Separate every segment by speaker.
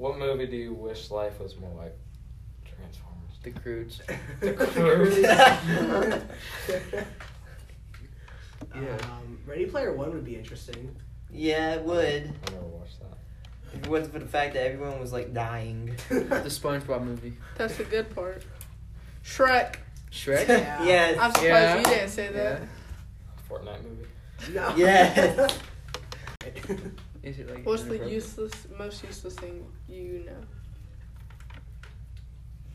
Speaker 1: movie do you wish life was more like? Transformers.
Speaker 2: The Croods.
Speaker 1: The
Speaker 2: Yeah.
Speaker 3: Um, Ready Player One would be interesting.
Speaker 4: Yeah, it would.
Speaker 1: I never watched that.
Speaker 4: If it wasn't for the fact that everyone was like dying.
Speaker 2: Uh, The SpongeBob movie.
Speaker 5: That's the good part. Shrek.
Speaker 2: Shrek.
Speaker 3: Yeah.
Speaker 4: yes.
Speaker 5: I'm surprised
Speaker 2: Yeah.
Speaker 5: you didn't say that.
Speaker 2: Yeah.
Speaker 1: Fortnite movie.
Speaker 3: No.
Speaker 4: Yes.
Speaker 2: Is it like?
Speaker 5: What's the
Speaker 2: inappropriate?
Speaker 5: useless, most useless thing you know?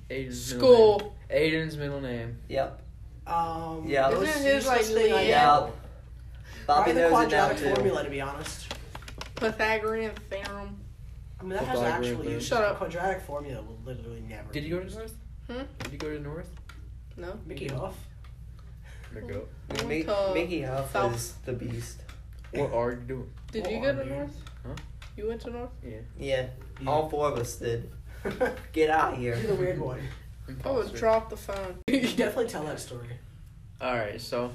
Speaker 2: Aiden's middle name.
Speaker 5: School.
Speaker 2: Aiden's middle name.
Speaker 4: Yep.
Speaker 3: um,
Speaker 4: Yeah.
Speaker 3: most
Speaker 5: Isn't his, like,
Speaker 3: useless thing I
Speaker 5: lead?
Speaker 3: know.
Speaker 4: Yep.
Speaker 3: Probably
Speaker 4: Bobby
Speaker 3: the
Speaker 4: knows it now
Speaker 3: quadratic
Speaker 4: too.
Speaker 3: formula, to be honest.
Speaker 5: Pythagorean theorem.
Speaker 3: I mean, that has
Speaker 2: Pythagorean
Speaker 3: actually
Speaker 2: theorem.
Speaker 3: used.
Speaker 5: Shut up.
Speaker 3: Quadratic formula will literally never.
Speaker 2: Did
Speaker 3: be
Speaker 2: you go to
Speaker 3: used.
Speaker 2: North?
Speaker 5: Hmm?
Speaker 2: Did you go to North?
Speaker 5: No.
Speaker 3: Mickey Huff?
Speaker 2: Go.
Speaker 5: Went
Speaker 4: Mi-
Speaker 5: to
Speaker 4: Mickey Huff
Speaker 5: South-
Speaker 4: is the beast.
Speaker 2: What are you doing?
Speaker 5: Did
Speaker 3: What
Speaker 5: you go
Speaker 3: are
Speaker 5: to
Speaker 3: you?
Speaker 5: North?
Speaker 2: Huh?
Speaker 5: You went to North?
Speaker 4: Yeah. All four of us did. Get out of here.
Speaker 3: You're the weird one.
Speaker 5: I would Oh, drop the phone.
Speaker 3: You should definitely tell that story.
Speaker 2: All right, so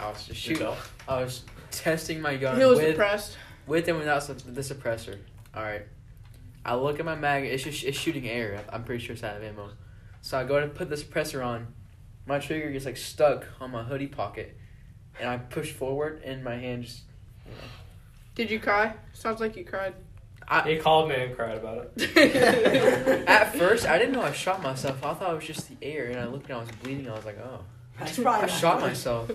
Speaker 2: I was just shoot. I was testing my gun
Speaker 5: He was
Speaker 2: with
Speaker 5: depressed.
Speaker 2: with and without sup- the suppressor. All right. I look at my mag. It's just it's shooting air. I'm pretty sure it's out of ammo. So I go to put the suppressor on. My trigger gets like stuck on my hoodie pocket, and I push forward, and my hand just.
Speaker 5: Did you cry? Sounds like you cried.
Speaker 2: I,
Speaker 1: He called me and cried about it.
Speaker 2: at first, I didn't know I shot myself. I thought it was just the air, and I looked and I was bleeding. I was like, oh,
Speaker 3: That's probably
Speaker 2: I
Speaker 3: not
Speaker 2: shot
Speaker 3: good.
Speaker 2: myself.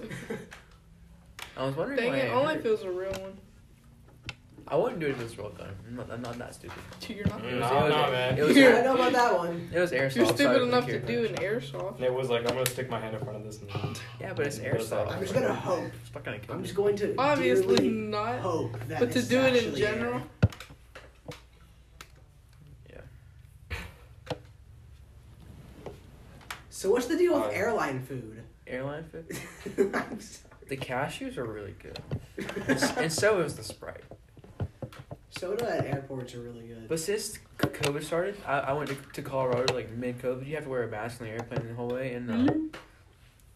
Speaker 2: I was wondering
Speaker 5: Dang
Speaker 2: why.
Speaker 5: it,
Speaker 2: I,
Speaker 5: only
Speaker 2: hurt.
Speaker 5: if it was a real one.
Speaker 2: I wouldn't do it in this world, gun. I'm not, I'm not that stupid.
Speaker 5: Dude, you're not.
Speaker 1: No,
Speaker 2: It was, it
Speaker 1: no,
Speaker 2: was,
Speaker 1: man.
Speaker 2: It was,
Speaker 5: You're-
Speaker 3: I know about that one.
Speaker 2: it was airsoft.
Speaker 5: You're
Speaker 2: so I
Speaker 5: stupid
Speaker 2: didn't
Speaker 5: enough
Speaker 2: care
Speaker 5: to do
Speaker 2: much.
Speaker 5: an airsoft.
Speaker 1: Nick was like, I'm gonna stick my hand in front of this. And
Speaker 2: Yeah, but it's
Speaker 1: It was
Speaker 2: airsoft.
Speaker 1: like-
Speaker 3: I'm just gonna hope.
Speaker 2: It's not gonna kill
Speaker 3: I'm
Speaker 2: me.
Speaker 3: just going to
Speaker 5: Obviously
Speaker 3: dearly
Speaker 2: Oh,
Speaker 5: not.
Speaker 3: hope that.
Speaker 5: But to
Speaker 3: it's
Speaker 5: do it in
Speaker 3: actually uh, air.
Speaker 5: general,
Speaker 3: So what's the deal
Speaker 1: Oh,
Speaker 3: with
Speaker 1: yeah.
Speaker 3: airline food?
Speaker 2: Airline food.
Speaker 3: I'm sorry.
Speaker 2: The cashews are really good, S- and so is the Sprite.
Speaker 3: Soda at airports are really good.
Speaker 2: But since c- COVID started, I, I went to, to Colorado like mid COVID. You have to wear a mask on the airplane the whole way, and uh,
Speaker 5: Mm-hmm.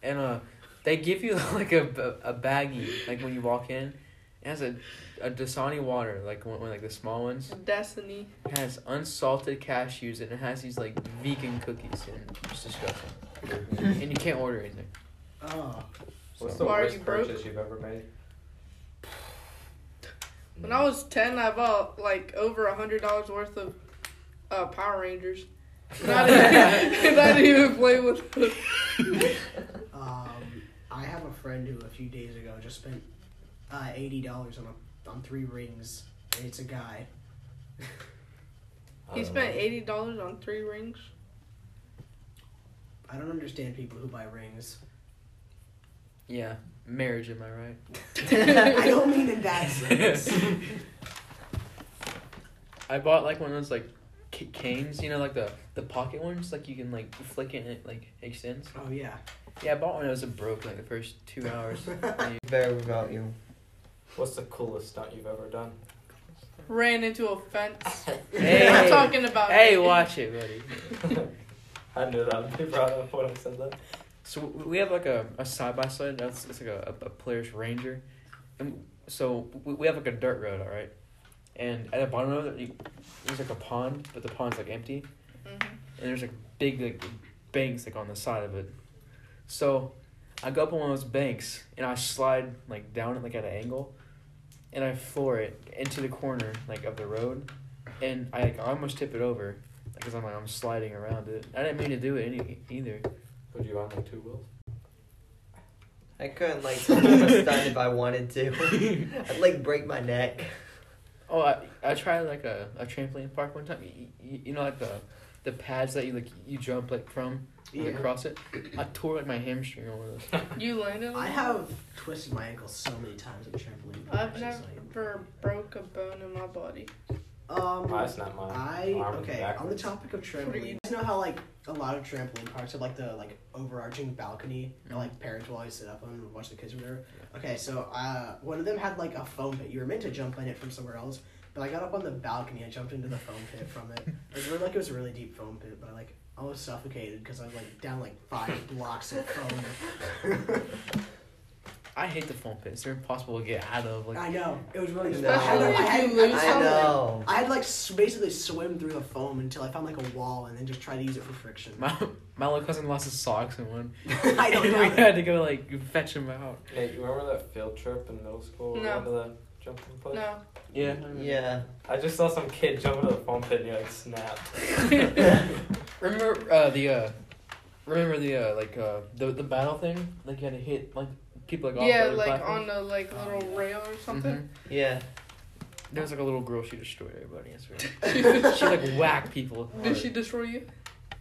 Speaker 2: and uh, they give you like a, b- a baggie like when you walk in. It has a a Dasani water like one, one like the small ones.
Speaker 5: destiny.
Speaker 2: It has unsalted cashews and it has these like vegan cookies and it's disgusting. and you can't order anything.
Speaker 3: oh,
Speaker 1: What's the
Speaker 5: Why are
Speaker 1: worst
Speaker 5: you broke?
Speaker 1: purchase you've ever made?
Speaker 5: When I was ten, I bought like over a hundred dollars worth of uh, Power Rangers. And I didn't, and I didn't even play with them.
Speaker 3: um, I have a friend who a few days ago just spent uh, eighty dollars on a, on three rings. And it's a guy.
Speaker 1: I
Speaker 5: He
Speaker 1: don't
Speaker 5: spent
Speaker 1: know.
Speaker 5: eighty dollars on three rings.
Speaker 3: I don't understand people who buy rings.
Speaker 2: Yeah, marriage. Am I right?
Speaker 3: I don't mean in that sense.
Speaker 2: I bought like one of those like ca- canes, you know, like the the pocket ones, like you can like flick it and it like extends.
Speaker 3: Oh yeah.
Speaker 2: Yeah, I bought one that was a broke like the first two hours. And
Speaker 4: Very without you.
Speaker 1: What's the coolest stunt you've ever done?
Speaker 5: Ran into a fence.
Speaker 2: you-
Speaker 5: I'm
Speaker 2: hey,
Speaker 5: talking about.
Speaker 2: hey,
Speaker 5: it.
Speaker 2: watch it, buddy.
Speaker 1: I knew that would be brought up when I said that.
Speaker 2: So w- we have like a, a side by side. That's it's like a, a a player's ranger, and so we, we have like a dirt road, all right. And at the bottom of it, you- there's like a pond, but the pond's like empty.
Speaker 5: Mhm.
Speaker 2: and there's like big like banks like on the side of it. So I go up on one of those banks and I slide like down it like at an angle, and I floor it into the corner like of the road, and I like, I almost tip it over because I'm like I'm sliding around it. I didn't mean to do it any either.
Speaker 1: Would you on like two wheels?
Speaker 4: I couldn't like do a stunt if I wanted to. I'd like break my neck.
Speaker 2: Oh, I, I tried like a, a trampoline park one time. You, you, you know like the the pads that you like you jump like from and
Speaker 3: Yeah.
Speaker 2: across it. I tore like my hamstring on one of those.
Speaker 5: You landed. on
Speaker 3: I
Speaker 5: it?
Speaker 3: have twisted my ankle so many times at trampoline.
Speaker 5: I've
Speaker 3: It's like-
Speaker 5: never broke a bone in my body.
Speaker 3: Um,
Speaker 1: I snapped my
Speaker 3: I
Speaker 1: arm
Speaker 3: okay. On the
Speaker 1: backwards.
Speaker 3: topic of
Speaker 5: What are
Speaker 3: trampoline,
Speaker 5: you-
Speaker 3: you guys know how like a lot of trampoline parks have like the like overarching balcony that like parents will always sit up on and watch the kids or whatever. Okay, so uh, one of them had like a foam pit. You were meant to jump in it from somewhere else, but I got up on the balcony. I jumped into the foam pit from it. It was really, like it was a really deep foam pit, but I like almost suffocated because I was like down like five blocks of foam.
Speaker 2: I hate the foam pits. They're impossible to get out of. Like
Speaker 3: I know. It was really
Speaker 4: No.
Speaker 3: I had, I had,
Speaker 5: Especially if you
Speaker 3: I had,
Speaker 5: lose
Speaker 4: I
Speaker 5: something.
Speaker 4: know.
Speaker 3: I had like s- basically swim through the foam until I found like a wall and then just try to use it for friction.
Speaker 2: my my little cousin lost his socks in one.
Speaker 3: I don't
Speaker 2: And
Speaker 3: know.
Speaker 2: we had to go like fetch him out.
Speaker 1: Nate, you remember that field trip in middle school?
Speaker 5: No.
Speaker 1: Remember that jumping place?
Speaker 5: No.
Speaker 2: Yeah.
Speaker 4: Yeah.
Speaker 1: I just saw some kid jump into the foam pit and you like snap.
Speaker 2: Remember uh, the uh, remember the uh, like uh, the the battle thing? Like you had to hit like people like off
Speaker 5: yeah,
Speaker 2: the
Speaker 5: like
Speaker 2: platform.
Speaker 5: on the like little
Speaker 1: Oh,
Speaker 5: rail or something.
Speaker 4: Yeah.
Speaker 2: There was like a little girl. She destroyed everybody. I swear. she like whacked people.
Speaker 5: Did she destroy you?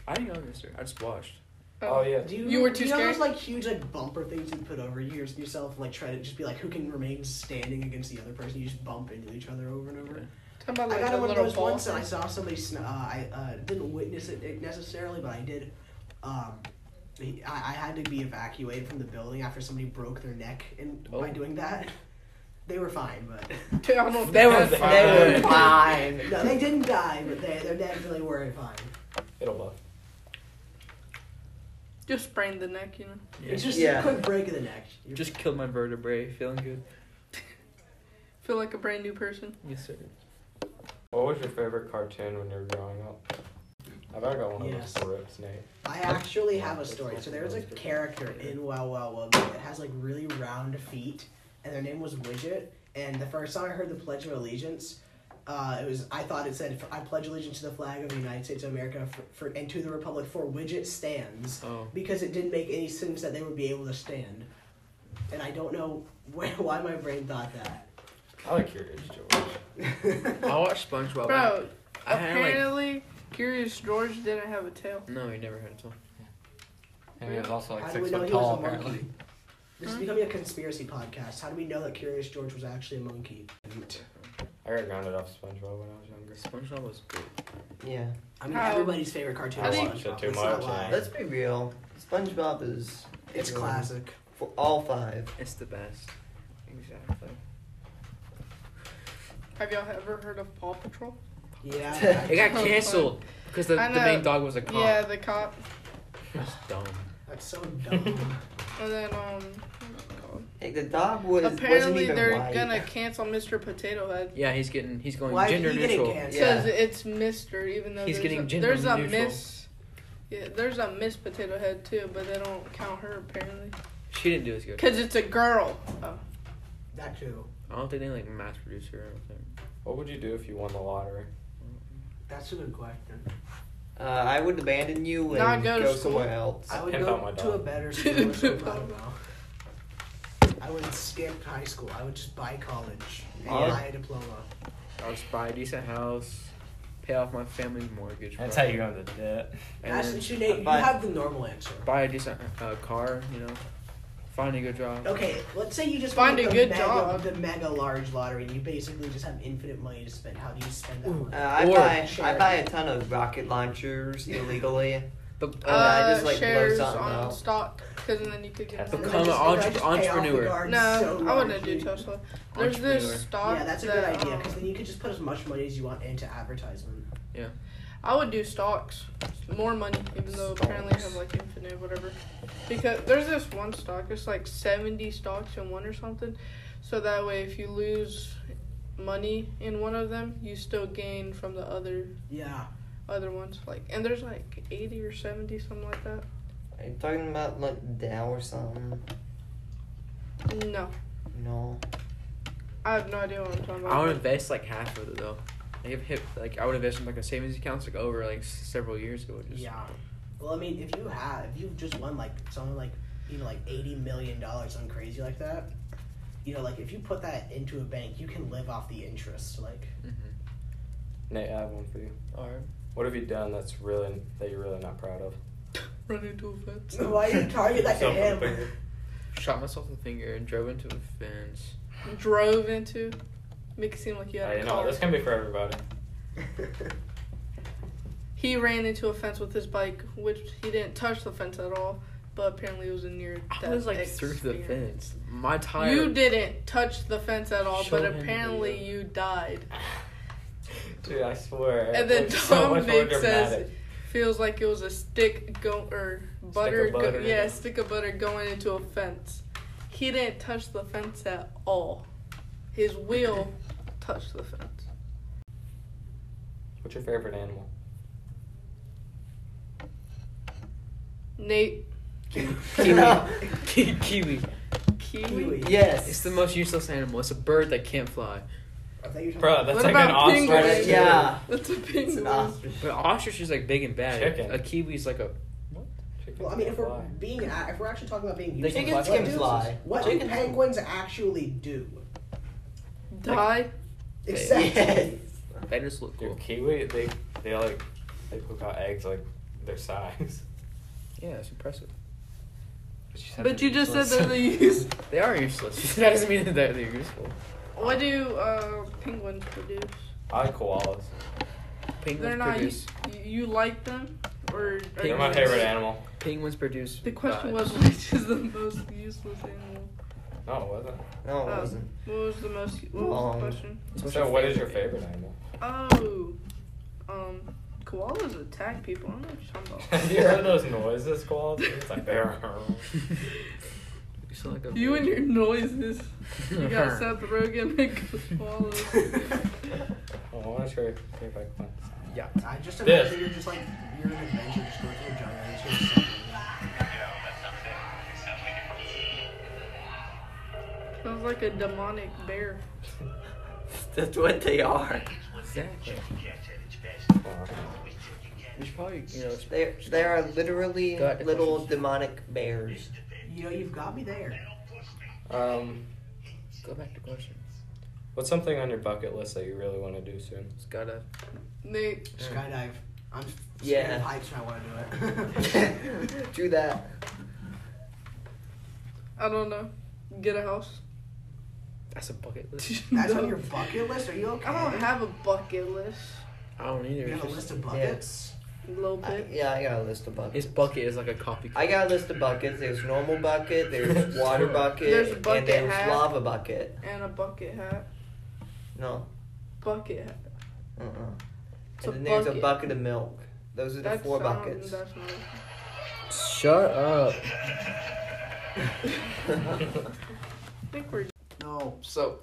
Speaker 2: I didn't notice her. I just watched.
Speaker 1: Oh yeah.
Speaker 3: Do you,
Speaker 5: You were
Speaker 3: do
Speaker 5: too
Speaker 3: you know
Speaker 5: scared?
Speaker 3: those like huge like bumper things you put over your, yourself, like try to just be like who can remain standing against the other person? You just bump into each other over and over.
Speaker 5: Talking about
Speaker 3: I
Speaker 5: like
Speaker 3: got
Speaker 5: the
Speaker 3: in one of
Speaker 5: little
Speaker 3: those
Speaker 5: ball.
Speaker 3: once, and I saw somebody. Sn- uh, I uh, didn't witness it- it necessarily, but I did. Um, I, I had to be evacuated from the building after somebody broke their neck, and by
Speaker 2: Oh.
Speaker 3: doing that, they were fine. But
Speaker 5: Dude, I don't
Speaker 2: They were
Speaker 5: think
Speaker 1: fine.
Speaker 4: They were
Speaker 2: Fine.
Speaker 4: fine.
Speaker 3: no, they didn't die, but they they definitely were fine.
Speaker 1: It'll buff.
Speaker 5: Just sprained the neck, you know.
Speaker 3: It's just
Speaker 4: Yeah.
Speaker 3: a quick break of the neck. You're-
Speaker 2: Just killed my vertebrae. Feeling good.
Speaker 5: Feel like a brand new person.
Speaker 2: Yes, sir.
Speaker 1: What was your favorite cartoon when you were growing up? I bet I got one
Speaker 3: Yes.
Speaker 1: of those rips, Nate.
Speaker 3: I actually have a story. So there was a character in Wow Wow Wow that has like really round feet, and their name was Widget. And the first time I heard the Pledge of Allegiance, uh, it was I thought it said I pledge allegiance to the flag of the United States of America for, for and to the republic for Widget stands
Speaker 2: Oh.
Speaker 3: because it didn't make any sense that they would be able to stand. And I don't know where, why my brain thought that.
Speaker 1: I like Curious George.
Speaker 2: I watched SpongeBob.
Speaker 5: Bro,
Speaker 2: I had, Oh, like-
Speaker 5: apparently Curious George didn't have a tail.
Speaker 2: No, you never heard it. till-
Speaker 6: And he was also like
Speaker 3: How do
Speaker 6: six
Speaker 3: we know
Speaker 6: foot
Speaker 3: he was a
Speaker 6: tall,
Speaker 3: monkey?
Speaker 6: apparently.
Speaker 3: This is becoming a conspiracy podcast. How do we know that Curious George was actually a monkey?
Speaker 1: I got grounded off SpongeBob when I was younger.
Speaker 2: SpongeBob was good.
Speaker 4: Yeah.
Speaker 3: I mean,
Speaker 5: How-
Speaker 3: everybody's favorite cartoon
Speaker 5: I
Speaker 3: is
Speaker 5: think-
Speaker 3: SpongeBob.
Speaker 1: Shit too
Speaker 3: Let's not
Speaker 1: much,
Speaker 3: lie.
Speaker 1: eh?
Speaker 4: Let's be real. SpongeBob is
Speaker 3: It's
Speaker 4: everyone-
Speaker 3: classic.
Speaker 4: for all five.
Speaker 2: It's the best. Exactly.
Speaker 5: Have y'all ever heard of Paw Patrol?
Speaker 3: Yeah.
Speaker 2: It got
Speaker 5: Oh,
Speaker 2: canceled because the,
Speaker 5: I
Speaker 2: the
Speaker 5: know.
Speaker 2: main dog was a cop.
Speaker 5: Yeah, the cop.
Speaker 2: That's dumb.
Speaker 3: That's so dumb.
Speaker 5: And then um what's it called?
Speaker 4: Like the dog was wasn't
Speaker 5: apparently
Speaker 4: even
Speaker 5: they're
Speaker 4: white.
Speaker 5: gonna cancel Mr. Potato Head.
Speaker 2: Yeah, he's getting. He's going
Speaker 3: Why is
Speaker 2: gender
Speaker 3: he getting
Speaker 2: neutral.
Speaker 3: canceled?
Speaker 5: Because
Speaker 4: Yeah.
Speaker 5: it's Mr. even though
Speaker 2: He's
Speaker 5: there's
Speaker 2: getting
Speaker 5: a,
Speaker 2: gender
Speaker 5: there's a
Speaker 2: neutral.
Speaker 5: miss yeah, there's a Miss Potato Head too, but they don't count her apparently.
Speaker 2: She didn't do as good.
Speaker 5: Cause it's a girl. Oh.
Speaker 3: That too.
Speaker 2: I don't think they like mass produce her. I don't think.
Speaker 1: What would you do if you won the lottery?
Speaker 3: That's a good question.
Speaker 4: Uh, I would abandon you
Speaker 5: Not
Speaker 4: and
Speaker 5: go
Speaker 4: go,
Speaker 5: to school.
Speaker 4: somewhere else.
Speaker 3: I would
Speaker 1: Pimp out
Speaker 3: go
Speaker 1: my
Speaker 3: to a
Speaker 1: dog.
Speaker 3: better school. or something, I don't know. I would skip high school. I would just buy college and
Speaker 4: Yeah.
Speaker 3: buy a diploma.
Speaker 2: I would just buy a decent house, pay off my family's mortgage.
Speaker 1: That's how
Speaker 2: probably,
Speaker 1: you go into debt.
Speaker 2: And then
Speaker 3: Ashton, you, Nate, you
Speaker 4: But-
Speaker 3: have the normal answer.
Speaker 2: buy a decent uh, car. You know, find a good job.
Speaker 3: Okay, let's say you just
Speaker 5: Find
Speaker 3: won
Speaker 5: a
Speaker 3: the
Speaker 5: good
Speaker 3: mega,
Speaker 5: job.
Speaker 3: The mega large lottery, and you basically just have infinite money to spend. How do you spend that?
Speaker 2: Ooh.
Speaker 4: Uh, I
Speaker 2: Or-
Speaker 4: buy I buy a ton of rocket launchers illegally.
Speaker 2: But
Speaker 5: Uh,
Speaker 4: Oh, yeah, I just, like, blow
Speaker 5: shares
Speaker 4: something
Speaker 5: on
Speaker 4: out.
Speaker 5: stock, because then you could get.
Speaker 1: That's
Speaker 5: more.
Speaker 2: Become an
Speaker 3: I just
Speaker 2: entre-
Speaker 3: pay off the
Speaker 2: entrepreneur.
Speaker 3: guards
Speaker 5: No,
Speaker 3: so
Speaker 5: I wouldn't do
Speaker 3: largely.
Speaker 5: Tesla. There's this
Speaker 2: Entrepreneur.
Speaker 5: stock.
Speaker 3: Yeah, that's a good
Speaker 5: that,
Speaker 3: idea
Speaker 5: um,
Speaker 3: because then you could just put as much money as you want into advertisement.
Speaker 5: I would do stocks. More money, even though apparently I have like infinite whatever. Because there's this one stock, it's like 70 stocks in one or something. So that way, if you lose money in one of them, you still gain from the other
Speaker 3: Yeah.
Speaker 5: other ones. Like, and there's like 80 or 70, something like that.
Speaker 4: Are you talking about like Dow or something?
Speaker 5: No,
Speaker 4: No.
Speaker 5: I have no idea what I'm talking about.
Speaker 2: I would invest like half of it though. Like if hip, like I would invest in like a savings account like over like s- several years ago. Just,
Speaker 3: Yeah. Well, I mean, if you have, if you've just won like something like even like eighty million dollars on crazy like that, you know, like if you put that into a bank, you can live off the interest. Like,
Speaker 2: Mm-hmm.
Speaker 1: Nate, I have one for you.
Speaker 2: All right.
Speaker 1: What have you done that's really that you're really not proud of?
Speaker 5: Run into a fence.
Speaker 3: why you target that to
Speaker 1: Something
Speaker 3: him?
Speaker 1: bigger.
Speaker 2: Shot myself in the finger and drove into a fence.
Speaker 5: Drove into. Make it seem like you had
Speaker 1: Hey,
Speaker 5: a
Speaker 1: Uh, you know,
Speaker 5: car.
Speaker 1: this can be for everybody.
Speaker 5: He ran into a fence with his bike, which he didn't touch the fence at all, but apparently it was a near death.
Speaker 2: I was like through the fence.
Speaker 5: experience.
Speaker 2: My tire.
Speaker 5: You didn't touch the fence at all,
Speaker 2: Show
Speaker 5: but
Speaker 2: him the
Speaker 5: apparently
Speaker 2: video.
Speaker 5: you died.
Speaker 1: Dude, I swear.
Speaker 5: And then
Speaker 1: it's so
Speaker 5: Tom
Speaker 1: much more
Speaker 5: Vick says-
Speaker 1: dramatic.
Speaker 5: Feels like it was a stick go or butter,
Speaker 1: of butter.
Speaker 5: Go, yeah, stick of butter going into a fence. He didn't touch the fence at all. His wheel touched the fence.
Speaker 1: What's your favorite animal?
Speaker 5: Nate
Speaker 2: Kiwi. Ki- kiwi.
Speaker 5: Kiwi.
Speaker 3: Kiwi.
Speaker 4: Yes.
Speaker 2: It's the most useless animal. It's a bird that can't fly.
Speaker 3: I thought you were
Speaker 1: Bro,
Speaker 3: talking
Speaker 1: that's
Speaker 5: What
Speaker 1: like an
Speaker 5: about
Speaker 1: ostrich.
Speaker 5: penguins?
Speaker 4: Yeah.
Speaker 5: That's a
Speaker 4: It's
Speaker 5: penguin.
Speaker 4: an ostrich.
Speaker 2: But ostrich is like big and bad.
Speaker 1: Chicken.
Speaker 2: A kiwi's like a.
Speaker 1: Chicken
Speaker 3: Well, I mean,
Speaker 1: can
Speaker 3: if we're
Speaker 1: fly.
Speaker 3: being, if we're actually talking about being
Speaker 2: They
Speaker 3: useless,
Speaker 2: can
Speaker 3: what
Speaker 2: fly.
Speaker 3: do-
Speaker 4: fly.
Speaker 3: What do
Speaker 4: Chickens-
Speaker 3: penguins actually do?
Speaker 5: Die.
Speaker 3: Exactly.
Speaker 4: Yes.
Speaker 2: They just look
Speaker 1: Dude,
Speaker 2: cool.
Speaker 1: kiwi, they they like they poop out eggs like their size.
Speaker 2: Yeah, it's impressive.
Speaker 1: But you,
Speaker 5: But you just said they're the use.
Speaker 2: They are useless. that doesn't mean that they're they're useful.
Speaker 5: What do uh, penguins produce?
Speaker 1: I like koalas.
Speaker 5: They're
Speaker 2: Penguins
Speaker 5: not. You,
Speaker 2: produce.
Speaker 5: you like them, or are
Speaker 1: They're my
Speaker 5: you-
Speaker 1: favorite animal.
Speaker 2: Penguins produce.
Speaker 5: The question
Speaker 2: uh,
Speaker 5: was which is the most useless animal?
Speaker 1: No, it wasn't.
Speaker 4: No, it
Speaker 5: Oh.
Speaker 4: wasn't.
Speaker 5: What was the most? What was
Speaker 4: Um,
Speaker 5: the question?
Speaker 2: it's what's
Speaker 1: so, what is your favorite animal?
Speaker 5: Oh, um, koalas attack people. I don't know what you're talking about.
Speaker 1: Have you heard those noises koalas? do? It's like they're.
Speaker 2: You sound like a.
Speaker 5: You and your noises. You got
Speaker 2: Her.
Speaker 5: Seth Rogen and koalas.
Speaker 1: I want to try see if I can.
Speaker 2: Yeah.
Speaker 3: I just
Speaker 1: This.
Speaker 3: imagine you're just like you're an adventure, just going through the jungle. And it's just
Speaker 5: Sounds like a demonic bear.
Speaker 4: That's what they are.
Speaker 2: Exactly. We should probably, you know,
Speaker 4: They they are literally
Speaker 2: Go ahead, the
Speaker 4: little
Speaker 2: questions.
Speaker 4: demonic bears.
Speaker 3: you know, you've got me there.
Speaker 1: Um,
Speaker 2: go back to questions.
Speaker 1: what's something on your bucket list that you really want to do soon?
Speaker 2: It's gotta.
Speaker 5: Nate,
Speaker 3: Skydive. I'm scared
Speaker 4: Yeah.
Speaker 3: of heights, and I want to do it.
Speaker 4: Do that.
Speaker 5: I don't know. Get a house.
Speaker 2: That's a bucket list.
Speaker 3: That's on your bucket list. Are you okay?
Speaker 5: I don't have a bucket list.
Speaker 2: I don't either.
Speaker 3: You
Speaker 2: It's,
Speaker 3: have a
Speaker 2: just-
Speaker 3: list of buckets.
Speaker 5: A little
Speaker 4: I,
Speaker 5: bit.
Speaker 4: yeah, I got a list of buckets.
Speaker 2: his bucket is like a coffee cup.
Speaker 4: I got a list of buckets. There's normal bucket. There's water bucket.
Speaker 5: There's a bucket
Speaker 4: and there's
Speaker 5: hat.
Speaker 4: lava bucket.
Speaker 5: And a bucket hat.
Speaker 4: No.
Speaker 5: Bucket hat.
Speaker 4: Uh. uh
Speaker 5: It's
Speaker 4: And
Speaker 5: a
Speaker 4: then there's a
Speaker 5: bucket.
Speaker 4: bucket of milk. Those are the
Speaker 5: That
Speaker 4: four
Speaker 5: sounds-
Speaker 4: buckets.
Speaker 5: that's not-
Speaker 2: Shut up.
Speaker 5: I think we're
Speaker 3: No.
Speaker 2: So,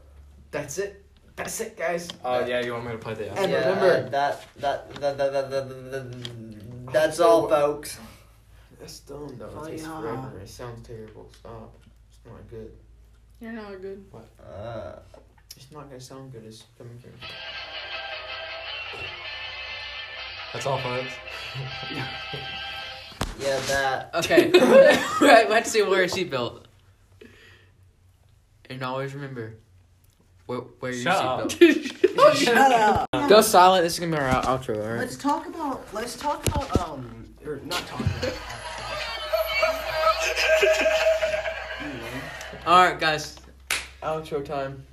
Speaker 2: that's it. That's it, guys.
Speaker 1: Oh yeah, you want me to play the?
Speaker 3: And
Speaker 4: yeah,
Speaker 3: remember-
Speaker 4: that that that that that, that, that, that that's
Speaker 2: I'll
Speaker 4: all,
Speaker 2: tell you
Speaker 4: folks.
Speaker 2: That's dumb though.
Speaker 3: Oh,
Speaker 2: It takes
Speaker 3: yeah.
Speaker 2: forever. It sounds terrible. Stop. It's not good.
Speaker 5: You're not good.
Speaker 4: Uh,
Speaker 2: It's not gonna sound good as coming here.
Speaker 1: That's all, folks.
Speaker 4: yeah, that.
Speaker 2: Okay. right, let's see wear a seatbelt. And always remember, wear, wear your
Speaker 1: Shut up.
Speaker 2: seatbelt.
Speaker 3: Oh, Shut up.
Speaker 2: Go silent. This is gonna be our outro. All right.
Speaker 3: Let's talk about. Let's talk about. Um, or not talk about.
Speaker 2: All right, guys. Outro time.